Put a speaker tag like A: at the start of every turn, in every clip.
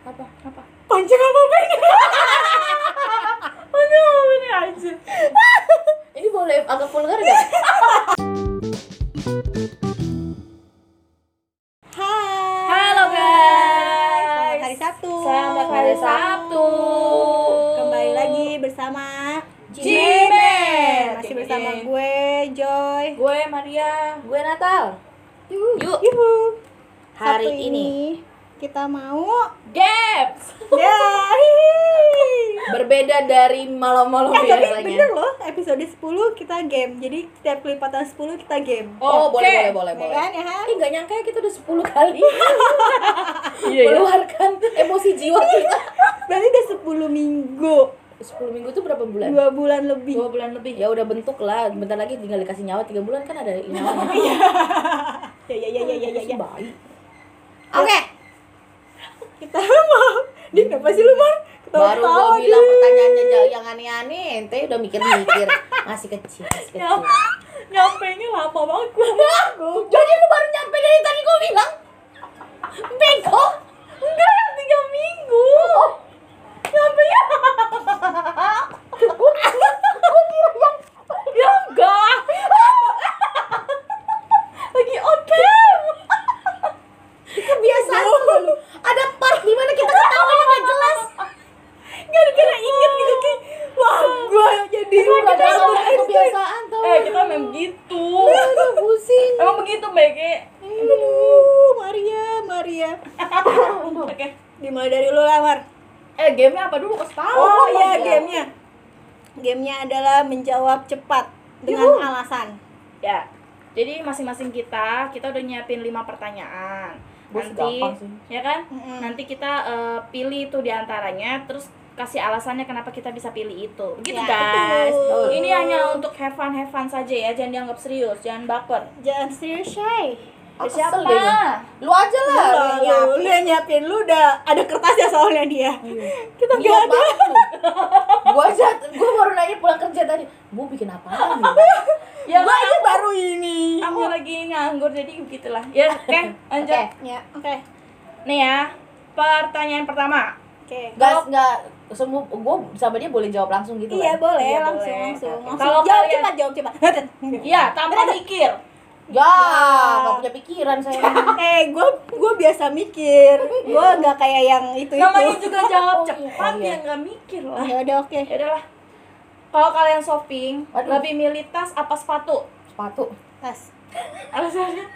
A: apa apa
B: Pancing apa apa ini? Aduh, ini aja.
A: ini boleh agak vulgar gak
B: Hai.
A: Halo, guys.
B: Selamat hari Sabtu.
A: selamat hari Sabtu
B: Kembali lagi bersama
A: Jimen.
B: Masih bersama gue Joy.
A: gue Maria gue Natal yuk
B: Yuhu.
A: Hari
B: Sabtu
A: ini.
B: kita mau
A: Gaps
B: ya. hihi.
A: berbeda dari malam-malam
B: Eh, tapi
A: biasanya
B: bener loh, episode 10 kita game. Jadi setiap kelipatan 10 kita game.
A: oh
C: Oke.
A: boleh boleh
B: Ya
A: boleh boleh
B: kan, ya kan?
A: Eh gak nyangka ya kita udah 10 kali Iya, Meluarkan emosi jiwa kita
B: Berarti udah 10 minggu,
A: 10 minggu itu berapa bulan?
B: 2 bulan lebih.
A: dua bulan lebih ya udah bentuk lah bentar lagi tinggal dikasih nyawa tiga bulan kan ada nyawanya
B: Ya ya ya ya
A: iya,
B: ya ya. ya.
A: baik
B: Oke. Kita mau. Din, apa sih lu, Mar? Ketawa
A: baru gua bilang pertanyaannya jauh ya. yang aneh-aneh ente udah mikir-mikir masih kecil masih kecil
C: nyampe ini lama banget gue
A: jadi lu baru nyampe dari tadi gua bilang bego
C: enggak yang tiga minggu nyampe ya ya enggak lagi on cam
A: kebiasaan lu ada part di mana kita ketawanya nggak jelas
B: Enggak kira inget gitu Ki. Wah, gua jadi
A: Kurang
B: kita
A: ajar,
B: apaan sih?
A: kebiasaan tau
C: eh kita memang gitu
A: Aduh, pusing
C: emang begitu Bege
B: Aduh, Maria, Maria.
C: oke
B: Dimulai dari lu lah, Mar.
C: eh gamenya apa dulu kasih tahu
B: Oh,
A: apa
B: iya,
A: dia?
B: gamenya. Gamenya adalah menjawab cepat dengan
A: Yuhu.
B: alasan.
C: Ya. Jadi masing-masing kita kita udah nyiapin lima pertanyaan.
A: Bos,
C: Nanti
A: gampang sih.
C: ya kan?
B: Mm-mm.
C: Nanti kita eh, pilih itu diantaranya terus kasih alasannya kenapa kita bisa pilih itu. Begitu
B: Ya,
C: guys.
B: betul.
C: Ini hanya untuk have fun have fun saja ya, jangan dianggap serius, jangan baper.
B: Jangan serius, Shay.
A: Aku
C: Siapa?
A: kesel deh. lu aja lah
B: Lu,
A: lu yang
B: lu yang nyiapin lu udah ada kertasnya soalnya dia. Kita
A: Gila
B: enggak ada.
A: banget lu. gua aja, gua baru nanya pulang kerja tadi. Bu bikin apa?
C: Ya
B: Gua
C: kan,
B: aja baru ini.
C: aku lagi nganggur jadi begitulah. Ya, oke, lanjut.
A: Oke.
B: Ya, oke.
C: Nih ya. Pertanyaan pertama.
B: Oke.
A: Gas nggak semua gua sama dia boleh jawab langsung gitu
B: Iya,
A: kan?
B: boleh,
C: Iya,
B: langsung,
C: boleh.
B: langsung,
C: Oke.
B: langsung.
C: Kalau
B: jawab
C: kalian-
B: cepat, jawab cepat.
A: Hmm.
C: Iya, tanpa mikir.
A: Ya,
B: Ya.
A: nggak punya pikiran saya.
B: eh, gue gue biasa mikir. Gue nggak kayak yang itu itu.
C: Namanya juga jawab
A: Oh, iya,
C: cepat
A: iya.
C: ya nggak mikir lah.
B: Ya udah oke.
C: ya udahlah kalau kalian shopping
A: Waduh.
C: lebih milih tas apa sepatu
A: Sepatu,
B: Pas.
C: alasannya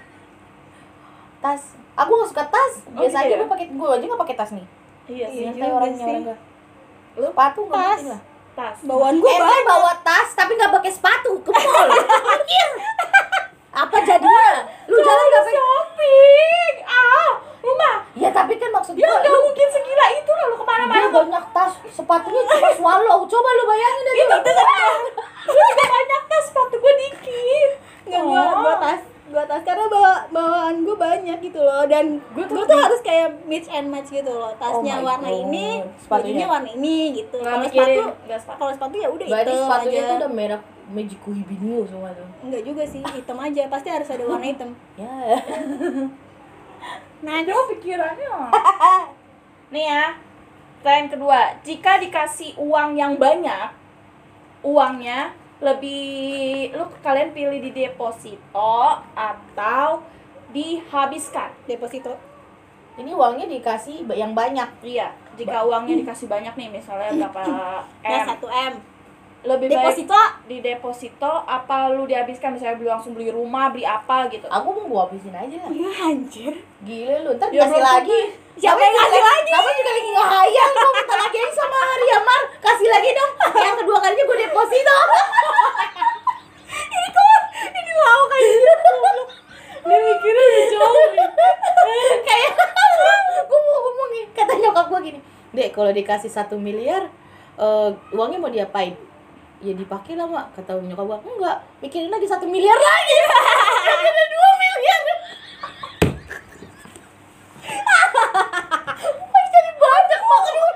A: tas. Aku nggak suka tas.
C: Oh,
A: Biasanya
C: iya.
A: gua pakai gua aja nggak pakai tas nih.
C: iya
B: sih.
C: sih
A: Nyantai
B: gitu ya? juga
A: orangnya
B: sih.
A: orang gua. Sepatu nggak
B: Tas.
A: penting lah.
C: tas
B: Eh, Bawaan gue
A: Ente
B: banyak.
A: bawa tas tapi nggak pakai sepatu ke mall. Mikir. Apa jadinya? Lu jalan nggak pakai?
C: shopping ah rumah
A: Ya tapi kan maksud
C: ya
A: gua,
C: nggak
A: lu
C: mungkin segila itu lah lu
A: Dia
C: kemana-mana
A: banyak tas, sepatunya cuma swallow. Coba lu bayangin aja.
C: itu doang gue juga kan banyak tas sepatu gue dikit
B: Nggak gue gue tas gue tas karena bawa bawaan gue banyak gitu loh dan gue tuh, harus kayak mix and match gitu loh tasnya
A: Oh my
B: warna
A: God.
B: ini
A: Sepatunya.
B: bajunya warna ini gitu
C: Nggak
B: kalau
C: mikirin,
B: sepatu
C: nggak sepatu.
B: kalau sepatu ya udah
A: Berarti
B: hitam
A: sepatunya
B: aja
A: itu udah merek Magic Kuhibinio semua tuh.
B: Enggak juga sih hitam aja pasti harus ada warna hitam
A: Ya.
B: nah
C: Jauh pikirannya nih ya pertanyaan kedua jika dikasih uang yang banyak uangnya lebih lu kalian pilih di deposito atau dihabiskan
B: deposito
A: Ini uangnya dikasih ba- yang banyak.
C: iya jika uangnya dikasih banyak nih misalnya berapa
B: nah
C: m
B: satu m
C: lebih baik
B: deposito
C: di deposito apa lu dihabiskan misalnya beli langsung beli rumah beli apa gitu
A: Aku mau gua habisin aja lah.
B: ya anjir
A: Gila lu, ntar
C: Ya,
A: dikasih
C: belum
A: lagi.
B: siapa yang ngasih lagi
A: Kamu juga lagi nggak hayang, gua minta lagi aja sama Maria Mar. Kasih lagi dong. Yang kedua kalinya gua deposito. ini kok ini mau kayak
C: dia mikirnya udah jauh
A: kayak gue mau ngomong nih kata nyokap gue gini dek kalau dikasih satu miliar eh, uangnya mau diapain ya dipakai lah mak kata nyokap gue enggak mikirin lagi satu miliar lagi ada dua miliar Kok jadi banyak makan lu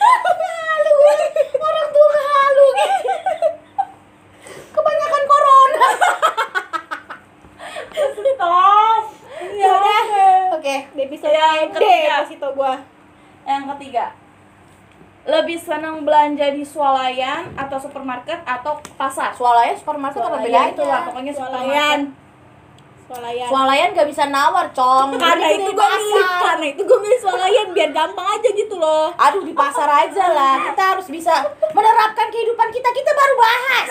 A: halu orang tua halu gitu kebanyakan corona
C: stop
B: ya udah
A: oke
B: deposito
A: Ya,
C: Yang
B: yang
C: ketiga.
B: deposito gua
C: Yang ketiga, lebih senang belanja di swalayan atau supermarket atau pasar?
A: Swalayan supermarket apa
B: Swalayan.
A: bedain?
C: Itu lah, pokoknya
B: Swalayan.
C: supermarket.
B: Swalayan.
A: Swalayan gak bisa nawar, Cong.
B: karena
A: Jadi
B: itu
A: di
B: gue milih
A: pasar.
B: karena itu gue milih swalayan biar gampang aja gitu loh
A: Aduh di pasar aja lah. Kita harus bisa menerapkan kehidupan kita. Kita baru bahas.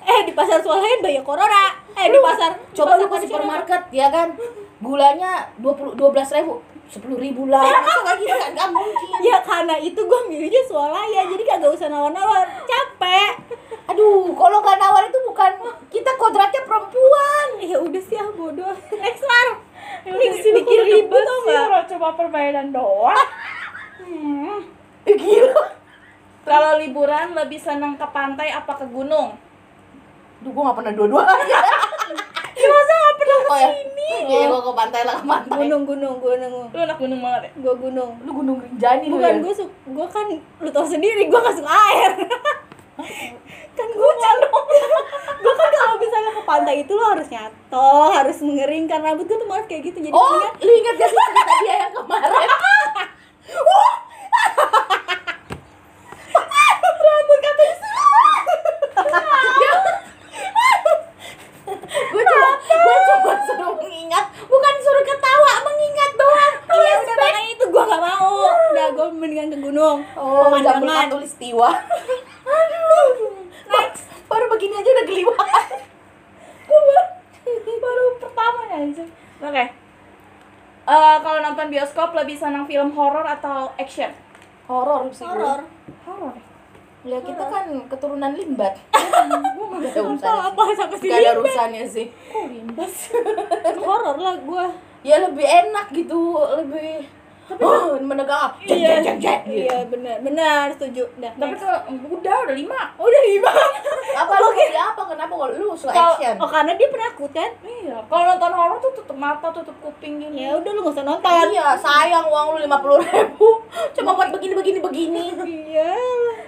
B: eh di pasar swalayan banyak corona eh di pasar
A: Coba
B: pasar
A: lu ke
B: tradisional.
A: supermarket ya kan. Gulanya 20 12 ribu. 10 ribu lah.
B: Eh,
A: Masa lagi gak, gak mungkin.
B: ya karena itu gue milihnya swalayan jadi kagak usah nawar-nawar capek
A: Aduh, kalau gak nawar itu bukan kita kodratnya perempuan. Ya
B: ya udah sih ah bodoh next lah
C: Ini
B: Ini bikin ribut tau nggak?
A: Oh,
C: Coba permainan doang.
B: Eh,
A: Ih, Gila.
C: Kalau liburan lebih senang ke pantai apa ke gunung?
A: Duh, gue gak pernah dua-duanya. Masa gak pernah kesini? Iya, gue ke pantai lah, ke pantai.
B: gunung gunung gunung
C: Lu anak gunung banget ya?
B: gue gunung
A: Lu gunung Rinjani lu
B: bukan
A: ya?
B: gue suka gue kan lu tau sendiri gue gak suka air kan gue gue kan kalau misalnya ke pantai itu lo harus nyantol harus mengeringkan rambut gue tuh malas kayak gitu jadi
A: Oh,
B: mendingan-
A: lu ingat gak sih cerita dia yang kemarin?
B: rambut katanya semua
A: gue cuma gue cuma suruh mengingat bukan suruh ketawa mengingat doang
B: iya udah makanya itu gue gak mau udah gue mendingan ke gunung
A: oh jambul
B: Pemandangan.
A: katulistiwa aduh next baru begini aja udah geliwaan
C: Baru pertama aja. Oke. Eh kalau nonton bioskop lebih senang film horor atau action?
A: horor sih gue.
B: horor
C: Horor.
A: ya kita kan keturunan limbat iya. gak
B: apa
A: ada urusannya
B: apa sampai
A: sih. gak ada
B: sini
A: urusannya sih
B: horor lah gue
A: ya lebih enak gitu lebih oh menegak jeng
B: Iya.
A: jeng jeng jeng gitu.
B: iya benar benar setuju dah
C: Tapi
B: next.
C: kalau udah udah lima.
B: udah lima
A: apa lu pilih apa kenapa kalau lu suka
B: Kalau-
A: action
B: oh karena dia penakut kan
C: Iya. Kalau nonton horor tuh tutup mata, tutup kuping gini.
B: ya udah lu gak usah nonton
A: iya sayang uang lu lima puluh ribu cuma buat begini begini begini
B: Iya.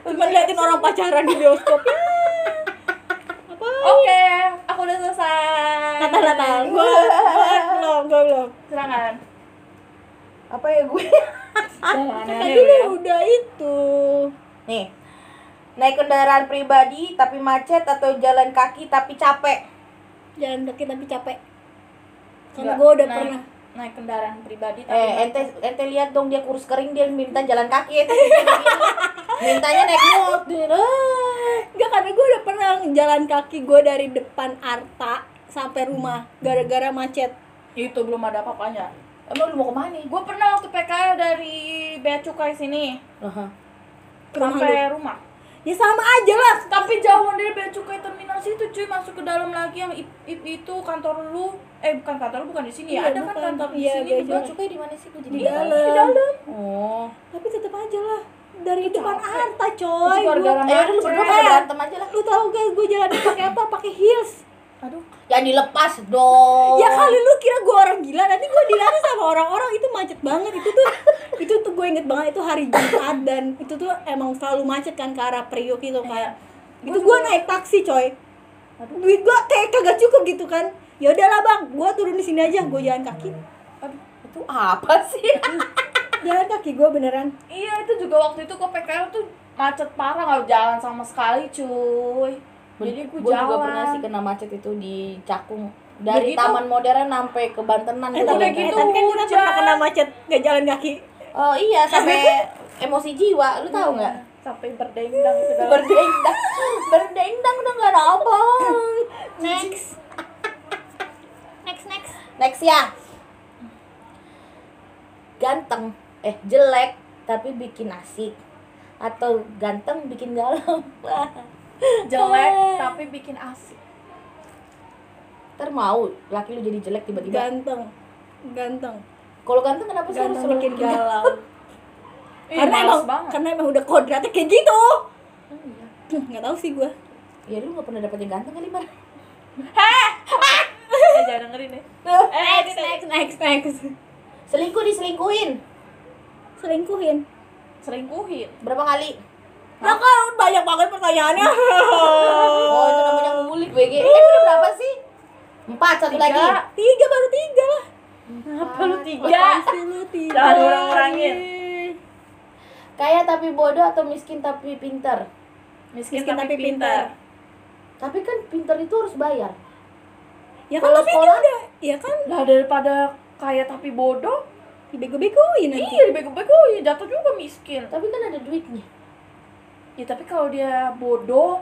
B: Cuma liatin orang pacaran di bioskop. Ya. Apa?
C: Oke, aku udah selesai.
B: Kata
C: Iya.
B: Natal. Gua gua belum, gua belum.
C: Serangan.
A: apa ya gue
B: Tadi
C: Iya,
B: lu
C: ya.
B: udah itu.
A: nih naik kendaraan pribadi tapi macet atau jalan kaki tapi capek
B: Jalan kaki tapi capek. Karena gua udah
C: Naik-
B: pernah.
C: naik kendaraan pribadi tapi
A: eh ente ente lihat dong dia kurus kering dia minta jalan kaki ente minta begini. mintanya naik motor Ah.
B: Enggak, karena gua udah pernah jalan kaki gua dari depan Arta sampai rumah gara-gara macet.
C: itu belum ada apa-apanya.
A: emang lu mau kemana
C: Gue pernah waktu PKL dari Bea Cukai sini
A: Aha.
B: Ke rumah
C: sampai rumah.
B: Ya sama aja lah.
C: Tapi jauh dari Bea Cukai terminal situ cuy masuk ke dalam lagi yang ip, ip- itu kantor lu. Eh bukan kantor lu bukan di sini ya.
B: Iya,
C: ada kan
B: bukan.
C: kantor di
B: Iya,
C: sini di
B: Bea
A: Gua
C: Bea Cukai.
A: cukai di mana sih gue jadi
B: Iya, Di
A: nggak tahu.
B: dalam.
A: oh
B: Tapi tetap aja lah. Dari depan
C: capek.
B: Arta,
C: Itu
B: coy.
C: gara-gara
B: Gua-
A: eh udah lu berdua pada berantem aja lah
B: Lu tahu gak gue jalan pakai apa? Pakai heels.
C: Aduh.
A: jangan dilepas dong
C: Oh.
B: Ya kali lu kira gue orang gila, nanti gue dilarang sama orang-orang itu macet banget itu tuh itu tuh gue inget banget itu hari Jumat dan itu tuh emang selalu macet kan ke arah Priok itu kayak itu gue naik taksi coy duit gue kayak kagak cukup gitu kan ya udahlah bang gue turun di sini aja gue jalan kaki
C: Aduh.
A: itu apa sih
B: jalan kaki gue beneran
C: Iya itu juga waktu itu gue PKL tuh macet parah nggak jalan sama sekali cuy. Jadi gue
A: Gua
C: jalan.
A: juga pernah sih kena macet itu di Cakung dari
C: Begitu.
A: Taman Modern sampai ke Bantenan
B: eh
A: gua
B: tapi,
A: jalan
B: eh,
C: gitu
A: kaki.
B: tapi kan kita
C: hujan.
B: pernah kena macet gak jalan kaki
A: Oh iya sampai emosi jiwa, lu tahu nggak?
C: Hmm, Sampai berdendang segala.
A: Berdendang, berdendang udah nggak ada apa.
B: next next next
A: Next ya. Ganteng, eh jelek tapi bikin asik atau ganteng bikin galau. Wah,
C: jelek tapi bikin asik.
A: Ntar mau laki lu jadi jelek tiba-tiba.
B: ganteng ganteng
A: Kalau ganteng kenapa sih harus
B: ganteng bikin
A: galau?
B: galau
C: Ih,
B: karena
C: males
B: emang
C: banget. Oh, iya.
B: karena emang udah kodratnya kayak gitu nggak tahu sih gue
A: Ya lu nggak pernah dapet yang ganteng kali Mar.
C: Eh, jangan dengerin ya.
B: next next next next
A: Selingkuh diselingkuhin
B: selingkuhin
C: Selingkuhin.
A: berapa kali?
B: nah kan banyak banget pertanyaannya
A: Oh, itu namanya ngulik BG. Eh, udah berapa sih? Empat, satu
C: Tiga.
A: lagi.
B: tiga baru tiga lah
C: Apa lu
B: Apaan sih lu
C: Ya.
B: tiga Iya.
C: Jangan diurang-urangin.
B: Ih,
A: kaya tapi bodoh atau miskin tapi pintar?
C: Miskin,
B: Miskin
C: tapi,
B: tapi
C: pintar.
A: Tapi kan pintar itu harus bayar.
B: ya kan
A: Kalau
B: tapi dia
A: sekolah-
B: udah ya kan
C: Lah daripada kaya tapi bodoh,
B: dibego-begoin nanti
C: iya dibego-begoin, jatuh juga miskin.
A: Tapi kan ada duitnya.
C: Ya tapi kalau dia bodoh,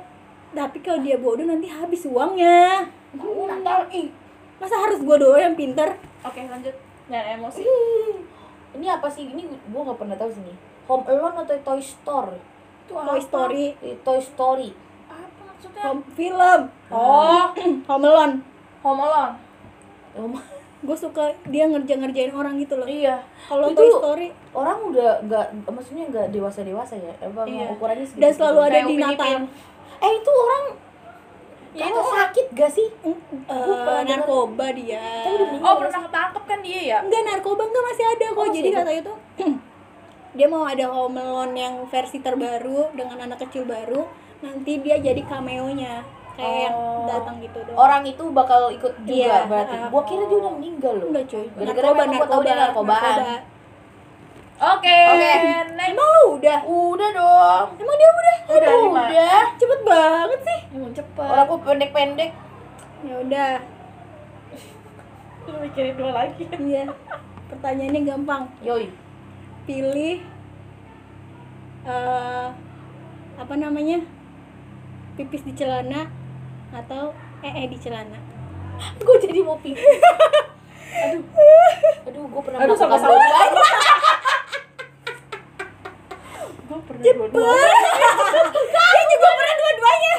B: tapi kalau dia bodoh nanti habis uangnya
C: mau ntar ih.
B: masa harus gua doang yang pinter
C: Oke, lanjut. Dan emosi.
A: Iya. Hmm. Ini apa sih? Ini gua nggak pernah tahu sih ini. Home Alone atau Toy Story?
C: Itu apa?
B: Toy Story
A: Eh, Toy Story.
C: Apa maksudnya?
B: home film
C: Oh,
B: Home Alone
C: Home Alone.
A: Emang
B: gue suka dia ngerja-ngerjain orang gitu loh
C: Iya.
B: kalau
A: Itu-
B: Toy Story
A: orang udah nggak maksudnya nggak dewasa dewasa ya emang
C: Iya.
A: ukurannya segitu gitu?
B: dan selalu ada
C: Kayak
B: di
C: Upin
B: Natal
C: Ipin.
A: eh itu orang
C: Ya,
A: itu
C: itu orang-
A: sakit gak sih
B: Eh,
A: Gua pernah dengar.
B: narkoba dia
A: Tapi udah meninggal.
C: Oh, pernah ketangkep kan dia ya?
B: enggak narkoba enggak masih ada kok
A: Oh, masih
B: jadi
A: ada.
B: katanya tuh dia mau ada Home Alone yang versi terbaru dengan anak kecil baru nanti dia jadi cameo-nya kayak yang
A: Oh.
B: datang gitu doang
A: orang itu bakal ikut juga
B: Iya,
A: berarti
B: ah.
A: gua kira dia udah meninggal loh
B: enggak cuy
A: Gara-gara memang gua tahu dia narkobaan.
C: Oke.
A: Oke.
C: next.
B: emang lu Oh,
C: Udah
B: udah
C: dong.
B: emang dia udah
C: Udah,
B: Aduh,
C: lima.
B: udah cepet banget sih
C: Emang cepet.
A: orang aku pendek pendek
B: ya udah
C: Lu mikirin dua lagi.
B: iya pertanyaannya gampang
A: yoi
B: pilih eh apa namanya pipis di celana atau ee di celana
A: gua jadi mau pipis aduh aduh gua pernah
C: Aduh,
A: melakukan
C: sama-sama.
A: dua-duanya.
C: Gue pernah dua-dua. Iya,
B: dia juga pernah dua-duanya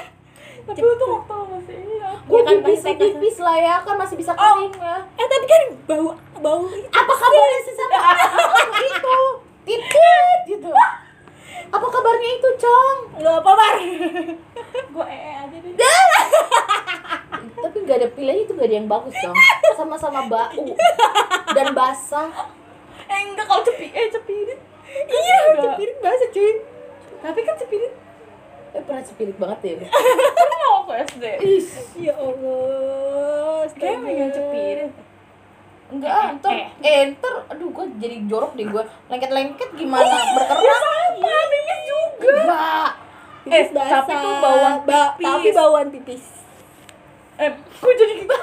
C: Tapi itu waktu masih iya.
A: gua
B: Iya kan,
A: pipis
B: masih TK.
A: pipis lah ya kan masih bisa
C: oh.
A: kering ya
B: eh tapi kan bau bau
A: apa kabarnya sesama anak itu titit gitu apa kabarnya itu cong
B: lo apa bar
C: Gue ee aja deh.
A: tapi nggak ada pilihannya itu nggak ada yang bagus dong sama-sama bau dan basah
C: Eh enggak kalau cepi, eh cepirit.
B: iya
C: Enggak.
B: cepirin bahasa cuy
C: Tapi kan cepirit
A: eh pernah sepilit banget ya
C: pernah waktu SD.
A: Ih,
B: ya allah
C: Kayaknya megang cepirit.
A: enggak ah, ntar eh ntar aduh gue jadi jorok deh gue lengket-lengket gimana berkerang
C: Apa? Mimi juga.
A: Iya. enggak
B: pipis
C: Eh,
B: basah
C: tapi tuh bauan
B: Ba-
C: pipis.
B: tapi bauan pipis
C: Eh, gue jadi gitu.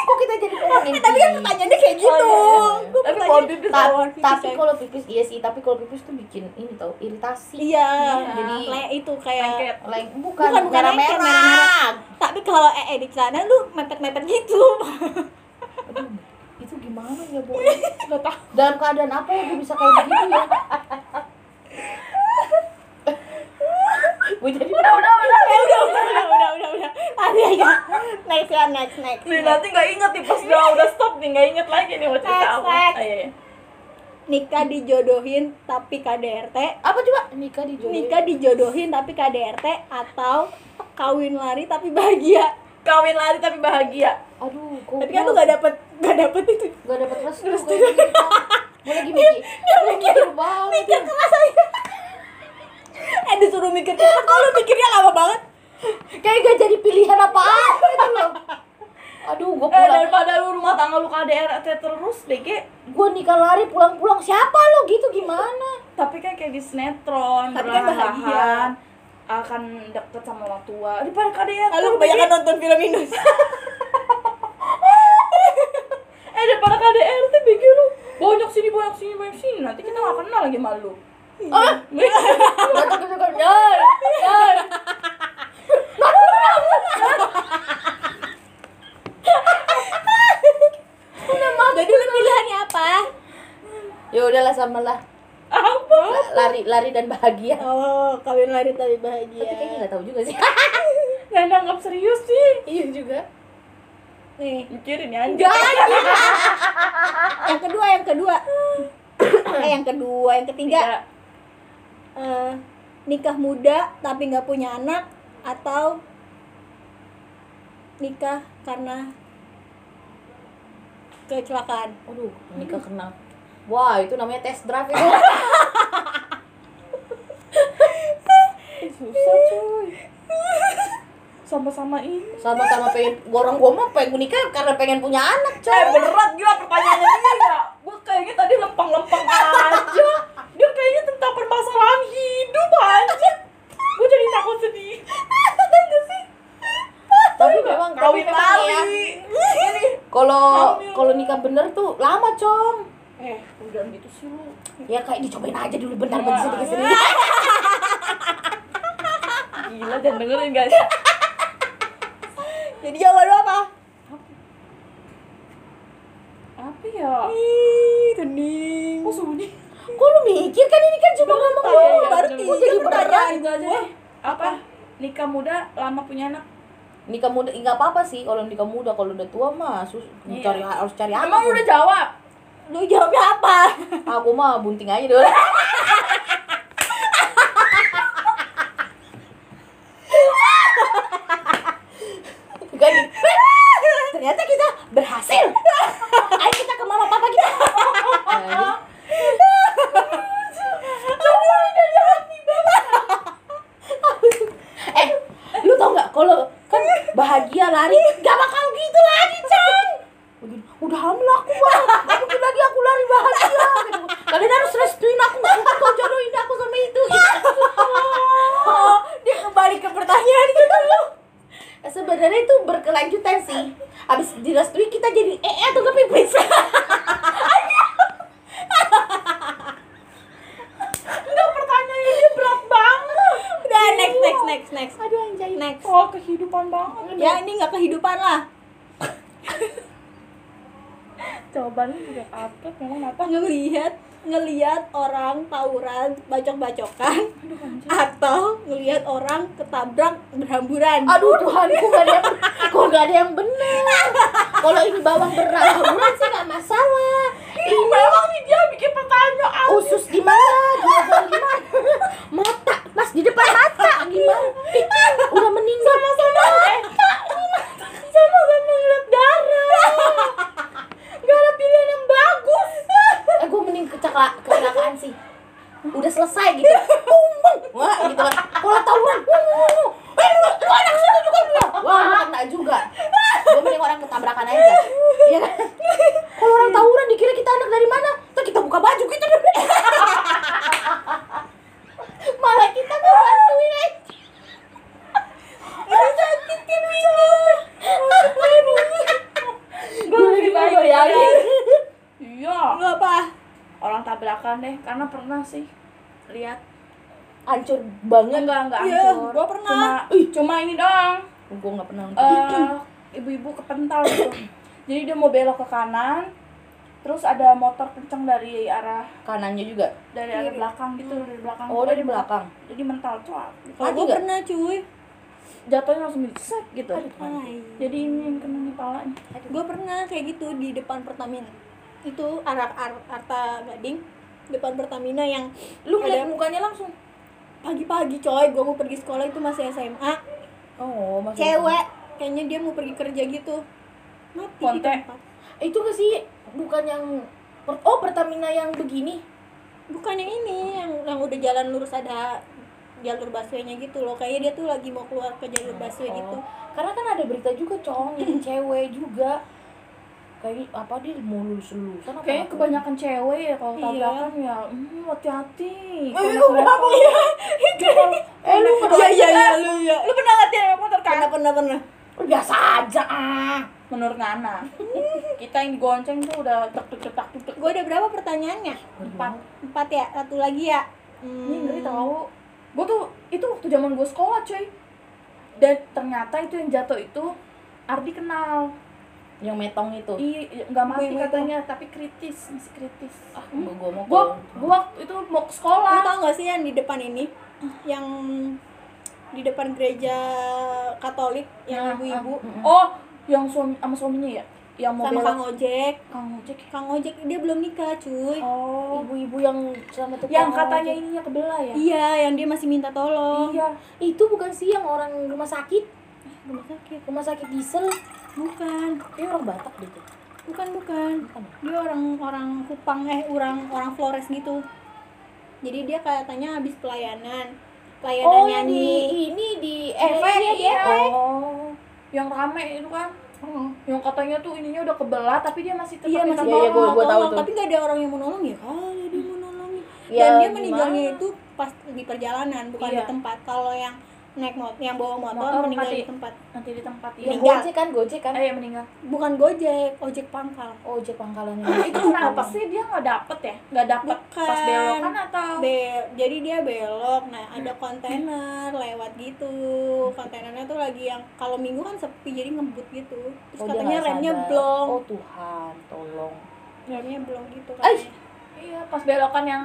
A: kok kita jadi ngomongin
B: tapi kan pertanyaannya kayak gitu
A: Oh, iya, iya, iya.
B: Gua
C: Tapi
B: pertanyaan-
C: kalau pipis
A: Ta-
B: bauan pipis,
A: tapi
B: ya.
A: kalau pipis iya sih tapi kalau pipis tuh bikin ini tau iritasi
B: iya
A: Jadi-
B: le itu kayak
C: Lengket.
A: Leng, bukan,
B: Bukan, bukan lengket, merah-merah.
A: merah-merah
B: tapi kalau ee di celana lu mepet-mepet gitu
A: Aduh, itu gimana ya boleh
C: Gak tau.
A: dalam keadaan apa ya gue bisa kayak begitu ya gue jadi
C: Udah, udah, Eh, udah.
B: ya udah udah udah udah udah udah tadi aja next ya next next
C: Nih
B: next.
C: nanti gak inget nih pas udah udah stop nih gak inget lagi nih mau cerita apa.
B: Next, next.
C: Ah, iya, iya.
B: nikah dijodohin tapi KDRT
A: apa coba nikah di Jogja
B: nikah dijodohin tapi KDRT atau kawin lari tapi bahagia
C: Kawin lari tapi bahagia.
A: aduh kok
B: tapi kan lu gak dapet gak dapet itu
A: gak dapet restu kayak gini gue lagi mikir gue mikir banget
B: mikir keras aja eh disuruh mikir keras kok lu mikirnya lama banget
A: kayak gak jadi pilihan apaan gitu loh aduh gue
C: Eh
A: pulang
C: daripada lu rumah tangga lu KDRT terus BG
A: gue nikah lari pulang-pulang siapa lo gitu gimana
C: tapi kan kayak di sinetron
B: Tapi kan bahagia.
C: perlahan-lahan akan deket sama orang tua daripada KDRT
B: lalu
C: lu
B: kebanyakan nonton film Indus
C: BG. eh daripada KDRT BG lu banyak sini banyak sini banyak sini nanti kita gak kenal lagi malu
B: Iya.
A: ah batuk gitu kan "Yay, yay."
B: jadi lu pilihannya apa
A: ya udahlah sama lah
C: apa
A: lari lari dan bahagia
B: oh kawin lari tapi bahagia
A: tapi kayaknya gak tahu juga sih
C: nggak nanggap serius sih
A: iya juga
B: nih
C: mikirin ya anjir
A: Gak ada.
B: yang kedua yang kedua eh yang kedua yang ketiga
C: Tiga.
B: eh nikah muda tapi nggak punya anak atau nikah karena kecelakaan
A: Aduh, nikah kena. Wah, itu namanya test drive itu.
C: Eh, susah cuy sama-sama ini
A: Sama-sama pengen gorong gua mah pengen nikah karena pengen punya anak,
C: eh
A: coy.
C: berat gila pertanyaannya Iya, ini ya gue kayaknya tadi lempang-lempang aja dia kayaknya tentang permasalahan hidup iya.
A: bener tuh lama com
C: eh udah gitu sih lu
A: ya kayak dicobain aja dulu benar
C: Wah.
A: benar sedikit sedikit
C: gila dan dengerin guys
B: Jadi jawaban lu
A: ah.
B: apa?
C: apa ya
B: Ih, hening.
C: kok sunyi
A: kok lu mikir kan ini kan cuma ngomong
B: tahu.
A: doang
B: baru
A: kok
B: tiga
A: jadi
B: pertanyaan.
A: berat
C: itu aja deh apa nikah muda lama punya anak
A: nikah muda ya nggak apa apa sih kalau nikah muda kalau udah tua mah sus
C: Iya.
A: cari harus cari anak
C: emang lu udah jawab
B: Lu jawabnya apa?
A: aku mah bunting aja dulu Bukan. ternyata kita berhasil ayo kita ke mama papa kita Aduh. eh lu tau nggak kalau kan bahagia lari nggak bakal gitu lagi Chan Begini, udah hamil aku bang Nggak mungkin lagi aku lari bahagia gitu. kalian harus restuin aku kau jodohin aku sama itu gitu.
B: Oh, dia kembali ke pertanyaan gitu lu.
A: Eh, sebenarnya itu berkelanjutan sih abis direstui kita jadi eh eh, atau nggak pipis
C: enggak pertanyaannya dia berat banget
B: Udah next next next next.
A: aduh anjay Oh,
B: Next.
C: soal Oh, kehidupan banget
B: Ya ini nggak kehidupan lah.
C: jawabannya juga apa memang apa
B: Apa ngelihat ngelihat orang tawuran bacok-bacokan atau ngelihat orang ketabrak berhamburan.
A: aduh Tuhanku gak ada yang kok gak ada yang benar kalau ini bawang berambut sih nggak masalah
C: ini memang nih dia bikin pertanyaan
A: usus di mana global di mana mata pas di depan mata gimana Ih, udah meninggal sama sama sama sama ngeliat darah gak ada pilihan yang bagus eh gue mending kecelakaan kecelakaan sih udah selesai gitu umum wah gitu kan kalau tawuran wuh, wuh, wuh. eh lu, lu anak situ juga lu wah gua kena juga gue mending orang ketabrakan aja iya kan kalau orang tawuran dikira kita anak dari mana Ntar kita buka baju gitu. Eh, kita malah kita mau bantuin aja ini sakit kan gue lagi bayangin
C: iya
B: Lu apa?
C: orang tabrakan deh karena pernah sih lihat
A: hancur banget
C: enggak enggak
B: Iya,
C: hancur
B: gua pernah.
C: cuma ih, cuma ini doang
A: gue nggak pernah nonton
C: Eh, ibu-ibu kepental gitu jadi dia mau belok ke kanan terus ada motor kenceng dari arah
A: kanannya juga
C: dari arah belakang gitu dari belakang
A: oh dari belakang
C: jadi mental cuak
B: Kalau
A: Lagi
B: gua
A: nggak?
B: pernah cuy.
C: jatuhnya langsung gitu set gitu
B: Hai.
C: jadi ini yang kena nih palanya
B: gue pernah kayak gitu di depan Pertamina itu arah Ar- Arta Gading depan Pertamina yang
A: lu
B: ngeliat
A: mukanya langsung
B: pagi-pagi coy gue mau pergi sekolah itu masih SMA
A: oh maksudnya
B: cewek kayaknya dia mau pergi kerja gitu mati di
C: Kontek.
B: tempat
A: Eh, itu gak sih bukan yang per- oh Pertamina yang begini
B: bukan yang ini yang yang udah jalan lurus ada jalur busway-nya gitu loh kayaknya dia tuh lagi mau keluar ke jalur busway
A: Oh.
B: gitu
A: karena kan ada berita juga cong yang cewek juga kayak apa dia mau lulus lulusan apa
C: kayaknya kebanyakan cewek ya kalau
B: Iya.
C: tabrakan ya hmm, hati-hati
B: Eh, lu kenapa? Iya,
A: eh lu
B: iya iya iya lu ya
C: lu pernah latihan naik motor kan
B: pernah pernah pernah
A: iya. biasa aja ah
C: menurut Nana kita yang digonceng tuh udah tek tek tek tek tek
B: gue ada berapa pertanyaannya
C: empat
B: empat ya satu lagi ya
C: ini
B: hmm.
C: ngeri tahu gue tuh itu waktu zaman gue sekolah cuy dan ternyata itu yang jatuh itu Ardi kenal
A: yang metong itu
C: Ih, nggak mati
B: Wih, wih,
C: katanya tapi kritis masih kritis
A: ah gua gua mau
C: gue gue waktu itu mau ke sekolah
B: Lu tau gak sih yang di depan ini? Yang di depan gereja Katolik yang ibu-ibu
C: oh yang suami sama suaminya ya yang mau
B: sama
C: belok
B: Kang Ojek.
C: kang ojek ya?
B: Kang Ojek dia belum nikah, cuy.
C: oh
A: ibu-ibu yang sama tukang
C: yang katanya
A: ojek.
C: ininya kebelah ya
B: Iya, yang dia masih minta tolong.
C: iya
A: itu bukan sih yang orang rumah sakit
B: Rumah sakit.
A: rumah sakit diesel
B: Bukan,
A: dia orang Batak deh tuh
B: bukan, bukan.
A: Bukan. ya?
B: Dia orang-orang Kupang eh orang orang Flores gitu. Jadi dia katanya habis pelayanan. Pelayanan
A: oh yang di
B: nyanyi.
A: ini di
B: Iya,
A: FV
C: E
B: iya,
A: ya
B: iya.
C: Eh, oh yang rame itu kan yang katanya tuh ininya udah kebelah tapi dia masih tetap
B: Iya
C: minta
B: masih
A: Iya, iya,
B: mau
A: gua- gua tahu
B: tolong,
A: tuh.
B: tapi gak ada orang yang mau nolong ya kali dia mau nolongin.
A: Ya,
B: Dan dia meninggalnya
A: gimana?
B: itu pas di perjalanan bukan di
C: Iya.
B: tempat. Kalau yang naik motor yang bawa motor,
C: Motor
B: meninggal
C: mati.
B: di tempat
C: nanti di tempat
A: Ini
C: ini
B: Meninggal.
A: gojek kan, gojek kan. Oh,
C: eh ya meninggal
B: bukan gojek ojek pangkal
A: Ojek pangkalan
C: Ah,
A: ini.
C: itu kenapa sih dia nggak dapet ya nggak dapet pas
B: Bukan.
C: belokan atau
B: Be- jadi dia belok nah ada kontainer lewat gitu kontainernya tuh lagi yang kalau minggu kan sepi jadi ngebut gitu terus
A: Oh, dia
B: katanya
A: nggak
B: remnya
A: sadar.
B: blong
A: Oh Tuhan, tolong.
B: remnya blong gitu
A: Ay.
B: katanya.
C: iya pas belokan yang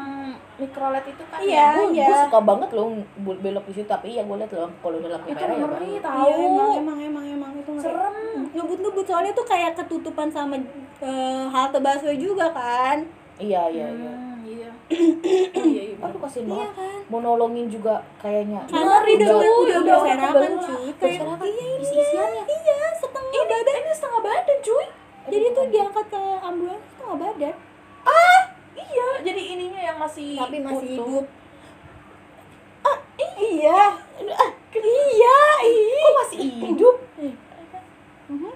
C: mikrolet itu kan
B: Iya.
C: ya.
A: Gue
B: iya.
A: suka banget loh bu- belok di situ, tapi iya gue liat loh kalau udah
C: itu
A: lampu merah ya
C: ngeri
A: baru.
C: tahu
B: Iya, emang emang emang emang itu ngeri.
C: serem
B: ngebut-ngebut soalnya tuh kayak ketutupan sama eh, halte busway juga kan
A: Iya iya iya.
C: Hmm, iya Oh, iya iya
A: Aduh kasihan
B: iya
A: banget.
B: kan
A: Mau nolongin juga kayaknya.
B: karena
C: Ngeri
B: Iya, udah
C: dong,
B: udah udah
C: udah
B: berserakan
C: kebelet.
B: cuy kayak
A: Terus kan
B: iya
A: isi isiannya.
B: iya setengah badan
C: ini setengah badan cuy
B: jadi tuh diangkat ke ambulans setengah badan Ah,
C: iya jadi ininya yang masih
B: tapi
C: utuh.
B: masih hidup ah iya Ah, iya iya Eh.
A: Kok masih hidup?
B: Mhm.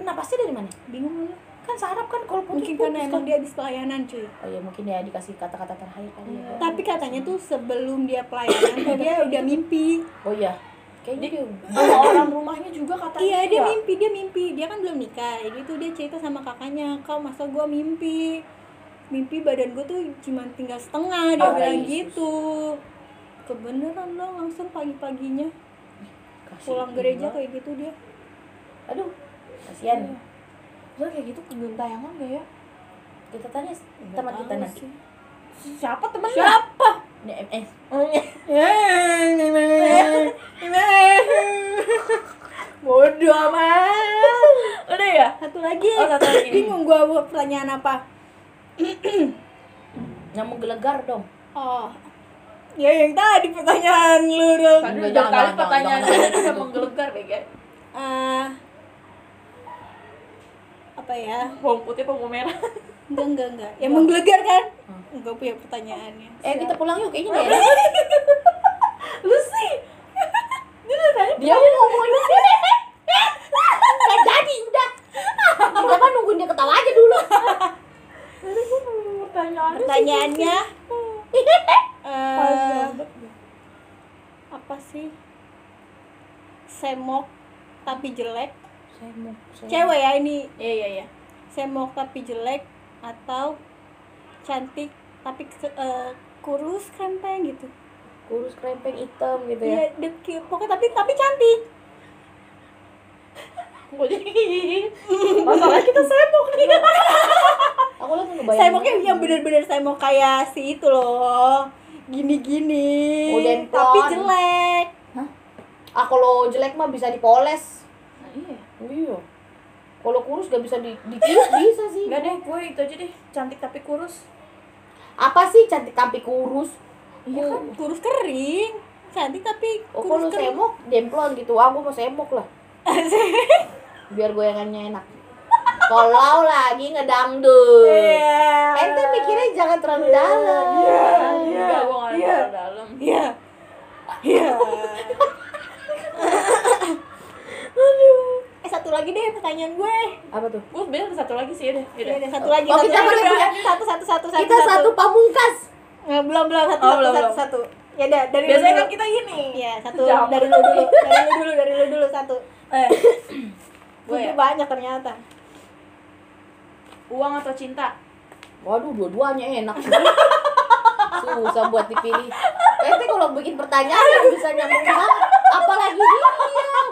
A: Kenapa sih Nah, dari mana?
B: bingung lu
A: Kan seharap kan kalau
B: mungkin
A: putih
B: karena
A: putih
B: emang
A: kan.
B: dia habis pelayanan cuy
A: Oh iya mungkin ya dikasih kata-kata terakhir kali ya.
B: tapi katanya tuh sebelum dia pelayanan tuh dia udah mimpi
A: Oh iya. Kayaknya dia
C: sama orang rumahnya juga katanya
B: Iya dia
C: ya.
B: mimpi dia mimpi dia kan belum nikah jadi tuh dia cerita sama kakaknya kau masa gua mimpi mimpi badan gua tuh cuma tinggal setengah dia
A: Oh,
B: bilang
A: Yesus.
B: gitu kebeneran dong langsung pagi-paginya
A: kasih
B: pulang
A: ini
B: gereja
A: banget.
B: kayak gitu dia
A: Aduh, kasihan.
C: Iya. Terus kayak gitu kegentayangan gak ya?
A: Kita tanya teman kita
B: Tahu
A: nanti. eh,
B: sih.
C: Siapa temennya? Siapa?
A: DMS.
C: Bodoh amat. Udah ya?
B: satu lagi
C: Oh, satu lagi.
B: bingung gua buat pertanyaan apa
A: Nyamuk gelegar dong.
B: oh ya yang tadi pertanyaan lu dong
C: Aduh, jangan
A: Enggak, jangan,
C: kali
A: jangan,
C: pertanyaan
A: jangan,
C: ini
A: jangan.
C: udah menggelegar deh, guys.
B: Eh, apa ya
C: Bawang putih, bawang merah.
B: enggak enggak enggak yang menggelegar kan
C: Hmm.
B: enggak punya pertanyaannya
A: Eh kita pulang yuk kayaknya ya. nggak enak.
C: Lu sih. Dia udah tanya.
A: Dia mau ngomongin Gak jadi udah. Kita kan nungguin dia ketawa aja dulu.
C: Tadi gua mau pertanyaan.
B: pertanyaannya eh
C: Panjang banget.
B: apa sih semok tapi jelek
A: Saya mau. saya-
B: cewek ya ini
C: Iya, iya, iya.
B: semok tapi jelek atau cantik tapi ke- eh, kurus krempeng gitu
A: Kurus krempeng hitam gitu ya.
B: Iya, dia cute. pokoknya tapi tapi cantik
C: Gua jadi
A: iya.
C: Masalah kita semok nih.
A: Aku lagi ngebayangin.
B: semoknya yang bener-bener semok kayak si itu loh gini-gini
A: Oh, Denpon.
B: tapi jelek
A: Ah kalau jelek mah bisa dipoles.
C: Nah, Iya.
A: Iya. Kalau kurus gak bisa di, dikius bisa sih.
C: Enggak deh, gue itu aja deh. Cantik tapi kurus.
A: Apa sih cantik tapi kurus?
C: Iya kan?
B: kurus kering cantik tapi
A: Oh,
B: kurus
A: kalau
B: kering
A: semok demplon gitu. Ah, gua mau semok lah. Biar goyangannya enak. Kalau lagi ngedangdut.
B: Iya.
A: Ente mikirnya jangan terlalu dalam.
C: Iya,
B: Iya,
C: gue nggak
B: iya.
C: tahu dalam.
B: Iya. Iya. Aduh. Eh satu lagi deh pertanyaan gue.
A: Apa tuh?
C: Gue sebenarnya ada satu lagi sih, deh.
B: Iya,
C: Yaudah.
B: ada satu lagi.
A: Oh,
B: satu,
A: kita
B: lagi.
A: boleh punya.
B: satu, satu, satu, satu.
A: Kita satu pamungkas.
B: Eh, belum, belum, satu,
C: Oh,
B: satu,
C: belum,
B: satu,
C: belum.
B: satu. Ya udah, dari lu
C: Biasanya
B: dulu.
C: kan kita gini.
B: Iya, satu
C: Sejam.
B: dari lu dulu, dari lu dulu, dari lu dulu satu.
C: Eh,
B: Gue
C: gue ya?
B: banyak ternyata.
C: uang atau cinta?
A: Waduh, dua-duanya enak. Susah buat dipilih. Tapi kalau bikin pertanyaan yang bisa nyambung banget. Apalagi dia,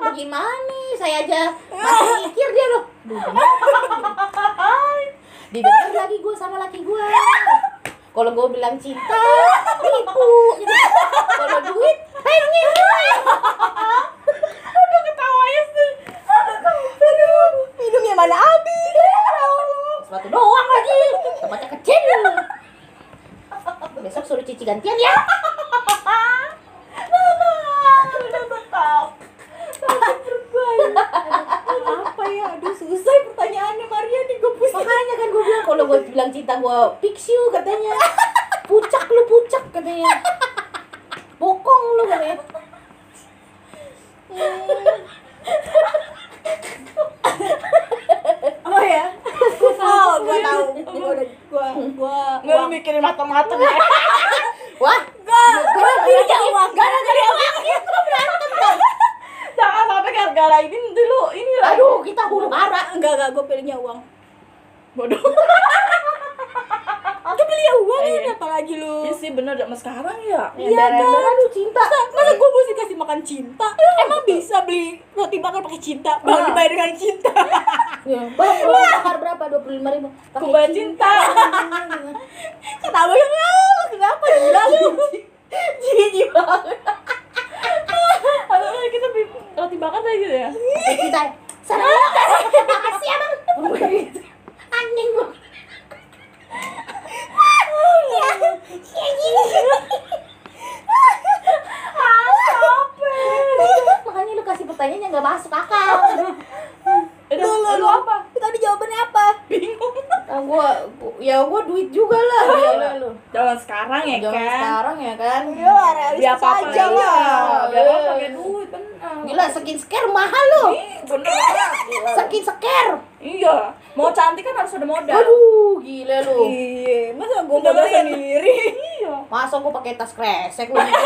A: bagaimana? Saya aja masih mikir dia loh. Duh, Didengar lagi gue sama laki gue. Kalau gue bilang cinta, tipu. gitu. Kalau duit, pengen.
C: Aduh, ketawanya sih.
B: Aduh, minumnya mana habis?
A: Sepatu doang lagi. Tempatnya kecil. Besok suruh cici gantian ya.
C: Udah tetap.
B: Apa ya? Aduh, susah pertanyaannya Maria nih gue pusing.
A: Makanya kan gue bilang kalau gue bilang cinta gue pixiu katanya. Pucak lu pucak katanya. Bokong lu katanya.
B: Oh ya? Gue tau, gue tau Gue udah, gue, gue
C: Nggak lu mikirin matang-matang ya.
A: Wah,
B: Gue, gue pilihnya uang Gak ada, gak ada uang
A: itu berantem tau
C: hara ini dulu ini lah
A: Aduh, kita huru hara.
B: enggak enggak gue pilihnya uang
C: bodoh
B: Itu pilihnya uang
C: Iya.
B: ya apalagi lu
C: Iya sih bener zaman sekarang ya
A: Iya, kan? Aduh, cinta.
B: Masa- masa gue mesti kasih makan cinta emang bisa beli roti bakar pakai cinta
C: Ah.
B: baru dibayar dengan cinta
A: Ya, Bang, lo bakar berapa? 25 ribu.
C: Aku bayar cinta.
B: kata abang yang "Ah, kenapa gila lu
A: Jijik banget.
C: Atau kan kita beli roti bakar aja gitu ya
A: Pakai cinta. ya? Sarang. Makasih, Abang.
B: Oh, iya.
A: Bukan gitu. Anjing lu.
B: Iya.
A: Ya, ya gini. Makanya lu kasih pertanyaannya nggak masuk akal.
C: Udah, lu, apa?
B: tadi jawabannya apa
C: Bingung
A: Nah, gua, ya gua duit juga lah. Iya lah lu.
C: Zaman sekarang ya
A: Zaman
C: kan
A: sekarang ya kan.
B: ya realistis
C: Biar apa-apa
B: aja lah
A: lah.
C: Biar apa
A: Iya.
C: pakai duit bener
A: Gila skin scare mahal lu.
C: Ih, bener
A: Skin scare.
C: Iya Mau cantik kan harus ada modal
A: Aduh, gila lu.
B: iya masa gue
C: Udah
B: modal
C: bayar.
B: sendiri
C: Iya
A: Masa gua pakai tas kresek lu. gitu?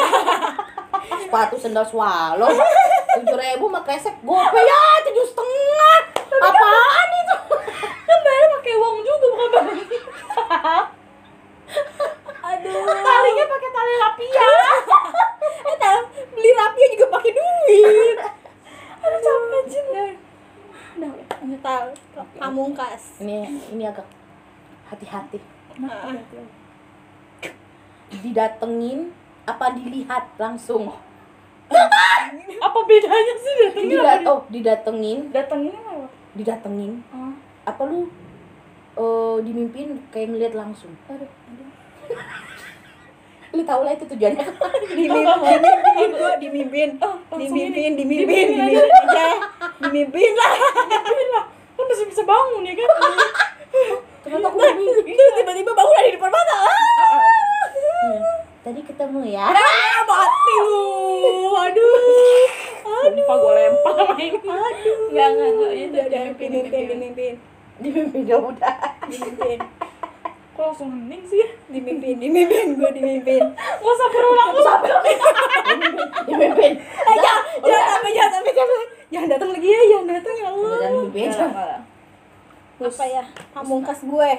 A: Sepatu sendal swallow. Tujuh ribu mah kresek gope ya tujuh setengah. Apaan itu?
C: Kan bayarnya pakai uang juga bukan barang
B: aduh
C: Talinya pakai tali rapiah
B: eh nah, beli rapia juga pakai duit
C: Aduh capek Jin
B: nah nyetal pamungkas
A: Ini ini agak hati-hati.
C: Ah.
B: Nah,
A: Didatengin apa dilihat langsung?
C: Apa bedanya sih datengin apa
A: Didat
C: di-
A: oh, didatengin,
C: Datenginnya apa?
A: didatengin.
C: Ah,
A: Apa lu eh dimimpin kayak ngeliat langsung?
C: aduh,
A: Lu tau lah itu tujuannya.
B: dimimpin dimimpin gue oh, dimimpin
C: Oh, langsung
B: dimimpin
C: ini.
B: dimimpin
C: Dimimpin aja.
B: dimimpin aja dimimpin lah
C: Aduh lah, kan masih bisa bangun ya Iya. kan?
A: Ternyata aku mimpi.
B: terus tiba-tiba bangun ada di depan mata ah
A: Hmm, Tadi ketemu ya.
B: ah, mati lu aduh aduh
C: Lupa gue lempar sama ini
B: aduh
C: Nggak, nggak, nggak, itu
B: udah udah
C: dimimpin,
B: dimimpin dimimpin
C: dimimpin.
B: dimimpin
A: Dimimpin dia udah.
B: dimimpin
C: Kok langsung hening sih?
B: dimimpin dimimpin gue dimimpin
C: Gak usah berulang
A: Aku sampai dimimpin.
B: eh jangan jangan sampai jangan sampai jangan jangan datang lagi ya jangan datang ya Allah
A: Jangan dimimpin.
C: Iya.
B: apa ya pamungkas gue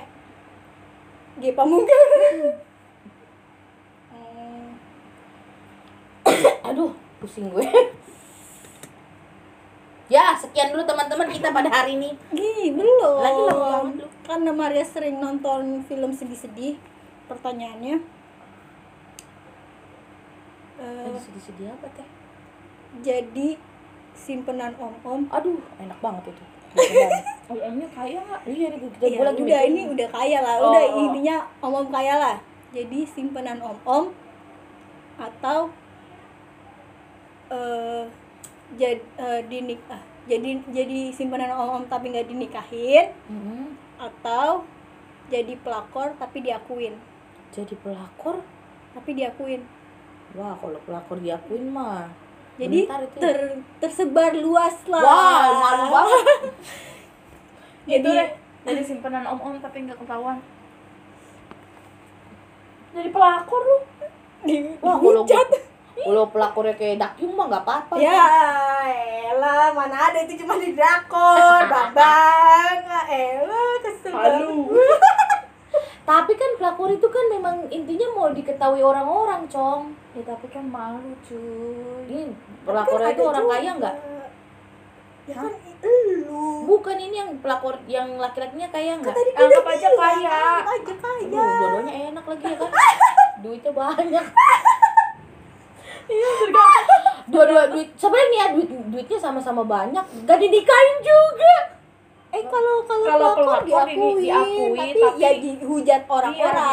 B: G pamungkas Hmm,
A: Aduh, pusing gue. Ya, sekian dulu teman-teman kita pada hari ini.
B: Ih, belum.
A: Lagi lama banget lu.
B: Karena Maria sering nonton film sedih-sedih, pertanyaannya eh,
A: Aduh, Eh, sedih-sedih apa teh?
B: jadi simpenan om-om.
A: Aduh, enak banget itu. Beneran.
C: Om-omnya kaya nggak?
A: Iya, ini gue
B: Ya,
A: gue lagi
B: udah
A: mikirin.
B: ini udah kaya lah,
C: Oh,
B: udah
C: oh.
B: intinya om-om kaya lah. Jadi simpenan om-om atau eh jadi dinik ah, jadi jadi simpenan om-om tapi nggak dinikahin
A: Mm-mm.
B: atau jadi pelakor tapi diakuin.
A: Jadi pelakor?
B: tapi diakuin
A: Wah, kalau pelakor diakuin mah.
B: jadi
A: bentar itu. ya.
B: ter, tersebar luas lah
A: Wah, malu banget.
C: Itu
B: Jadi-
C: deh, jadi simpenan om-om tapi nggak ketahuan Jadi pelakor lu
B: di, kan
A: Wah, kalau
B: dihujat.
A: kalau pelakornya kayak dakyung mah nggak apa-apa.
B: ya elah mana ada itu cuma di drakor babang Ah, elah kesel
C: Halu.
B: banget.
A: Tapi kan pelakor itu kan memang intinya mau diketahui orang-orang, Cong.
C: Ya tapi kan malu cuy
B: Kan
A: Ini pelakornya
B: ada
A: itu orang
B: juga.
A: kaya nggak?
B: ya kan elu
A: Bukan ini yang pelakor yang laki-lakinya kaya nggak?
B: tadi
C: Anggap
B: udah
C: aja
B: bilang,
C: kaya.
B: anggap aja
A: Aduh,
B: kaya
A: dua-duanya enak lagi ya kan? Duitnya banyak.
C: Iya, tergantung
A: Dua-dua duit. Sebenarnya nih ya duit duitnya sama-sama banyak. Gak dinikahin juga.
B: eh kalau kalau
C: Kalau
B: pelakor
C: pelakor di-
B: diakuin,
C: diakui,
B: tapi,
C: tapi-
B: ya dihujat
C: Iya, dihujat
B: orang-orang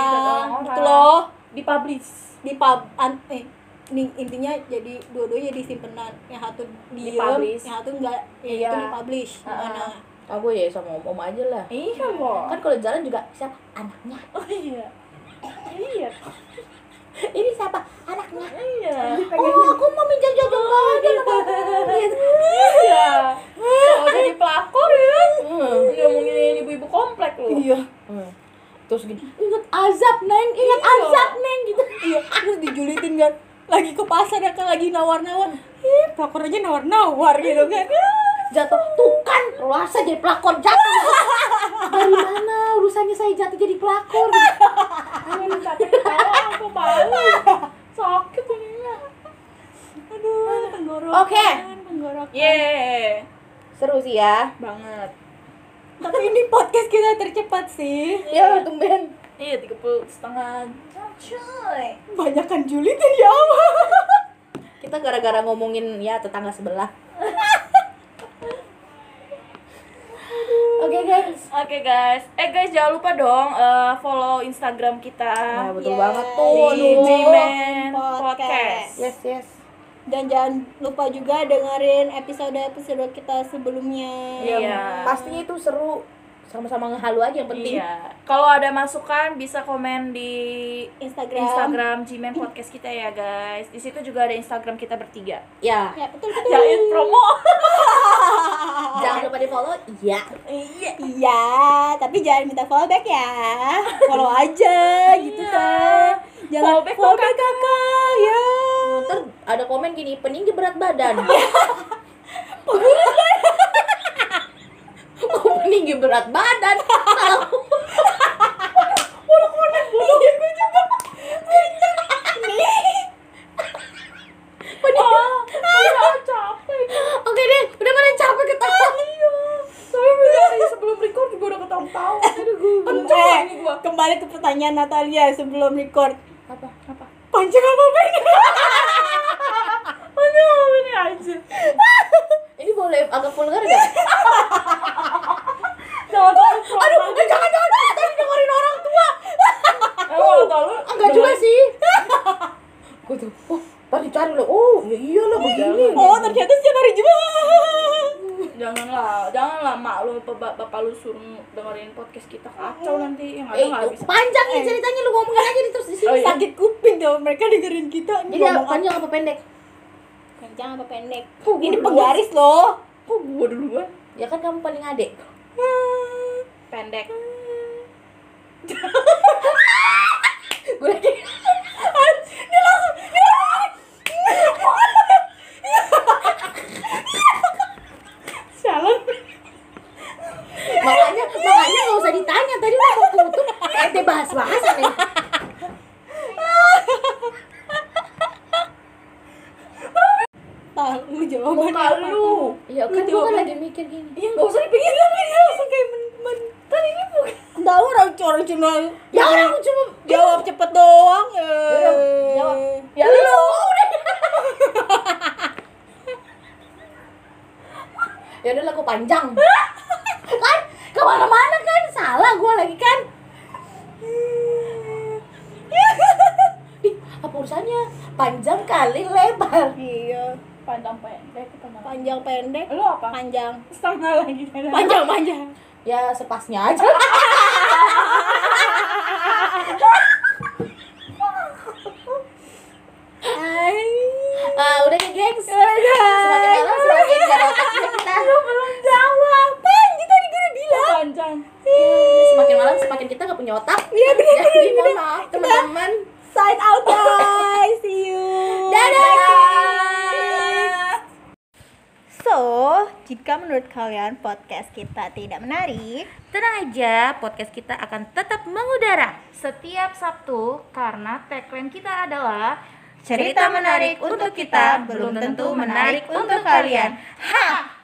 C: orang-orang.
B: gitu loh
C: Dipublish
B: di pub an, eh ini intinya jadi dua-duanya jadi simpenan yang satu diem
C: Dipublish.
B: yang satu enggak ya
C: Iya.
B: itu dipublish
C: Ah,
B: gimana
C: ah.
A: Aku ya sama om, om aja lah.
C: Iya, loh
A: Kan kalau jalan juga siapa anaknya?
C: Oh iya Iya,
A: Ini siapa anaknya?
C: iya
A: Oh, aku mau minjam jajan kamu aja sama aku. Gitu.
C: Iya Kalau jadi pelakor ya
A: Hmm.
C: Ngomongin ibu-ibu komplek lu
B: iya
A: Hmm. Terus gini, ingat azab neng, ingat
C: Iya.
A: azab neng gitu.
B: iya terus dijulitin
C: Iya.
B: kan lagi ke pasar ya kan lagi nawar-nawar ih pelakor aja nawar-nawar gitu kan
A: jatuh tuh kan rasa jadi pelakor jatuh dari mana urusannya saya jatuh jadi pelakor
C: Aduh, capek kepala aku bau. Sakit telinga.
B: aduh tenggorokan
A: Oke.
C: kan,
B: tenggorokan
C: Iya. Ye,
A: seru sih ya
C: banget.
B: tapi ini podcast kita tercepat sih
A: ya tumben
C: Iya, 30 setengah. jam, Ah, Cuy.
B: banyakkan julitin ya Allah
A: kita gara-gara ngomongin ya tetangga sebelah oke guys
C: Oke guys, eh guys jangan lupa dong eh, follow Instagram kita
A: nah betul
B: Yes.
A: banget tuh
C: di
A: aduh.
C: Jimen
B: Podcast.
C: Podcast.
A: yes yes
B: dan jangan lupa juga dengerin episode episode kita sebelumnya
C: Iya.
A: pastinya itu seru sama-sama ngehalu aja yang penting
C: Iya. Kalau ada masukan bisa komen di
B: Instagram
C: Instagram Jimen Podcast kita ya guys. Di situ juga ada Instagram kita bertiga.
A: ya
B: ya betul betul
C: Jangan promo.
A: jangan lupa di follow iya
B: Iya, iya, tapi jangan minta follow back ya. Follow aja gitu
C: Iya.
B: kan. Jangan
C: Follow back
B: follow
C: dong,
B: back kakak. Ya.
A: ntar ada komen gini peninggi berat badan mau Oh, peninggi berat badan
C: Oh, iya, capek.
A: oke deh udah mana capek ketawa
C: Soalnya Ah, iya. udah dari sebelum record juga udah ketawa-tawa. Aduh, gue pencet
B: Eh,
C: ini gua.
B: kembali ke pertanyaan Natalia sebelum record.
C: Apa? Apa?
B: Panjang apa pendek?
C: Aduh, ini aja.
A: ini boleh agak vulgar gak?
C: Jangan tahu.
A: aduh eh, jangan jangan kita dengerin orang tua
C: Kalau Eh, tahu lu
A: enggak juga sih gue tuh oh ntar dicari loh oh ya iyalah begini
B: Oh, ternyata setiap hari juga.
C: janganlah janganlah mak lu apa bap- bapak lu suruh dengerin podcast kita kacau nanti yang ada
A: eh
C: nggak bisa
A: panjang nih ceritanya lu ngomongin aja nih terus di sini
C: Oh, iya.
B: Sakit kuping dong mereka dengerin kita.
A: jadi apa,
B: Ngomong
A: panjang apa pendek
B: apa? panjang apa pendek?
C: Kok gua
B: Ini
C: duluan?
B: penggaris loh.
C: kok gua duluan
A: ya kan kamu paling adek
C: pendek
A: gue lagi
B: Salah.
A: makanya makanya nggak usah ditanya tadi udah mau Eh, tutup ente bahas bahas nih
B: Tahu jawabannya.
C: muka
B: apa?
C: lu
A: iya kan gue kan lagi mikir gini
B: Ya nggak usah dipikir lagi dia langsung kayak men, men. Kan ini bukan Nggak orang orang cuma
A: ya orang cuma
B: jawab cepet doang eh.
A: jawab.
C: ya
B: Iya.
C: lu
A: ya udah lagu panjang kan kemana-mana kan salah gue lagi kan Ih, apa urusannya panjang kali lebar
B: Iya
C: panjang pendek panjang
B: Panjang pendek
C: lu apa
B: Panjang
C: setengah lagi panjang
B: Panjang panjang
A: ya sepasnya aja Ah, udah nih gengs semakin dalam semakin gak ada otaknya kita
B: belum jawab Iya, Pan kita tadi udah bilang
C: panjang
A: semakin malam semakin kita gak punya otak
B: Iya bener bener
A: jadi mohon
B: bener
A: maaf teman-teman
B: Sign out guys See you
A: dadah
B: So, jika menurut kalian podcast kita tidak menarik
C: tenang aja podcast kita akan tetap mengudara setiap Sabtu karena tagline kita adalah
B: Cerita menarik untuk kita belum tentu menarik untuk kalian.
C: ha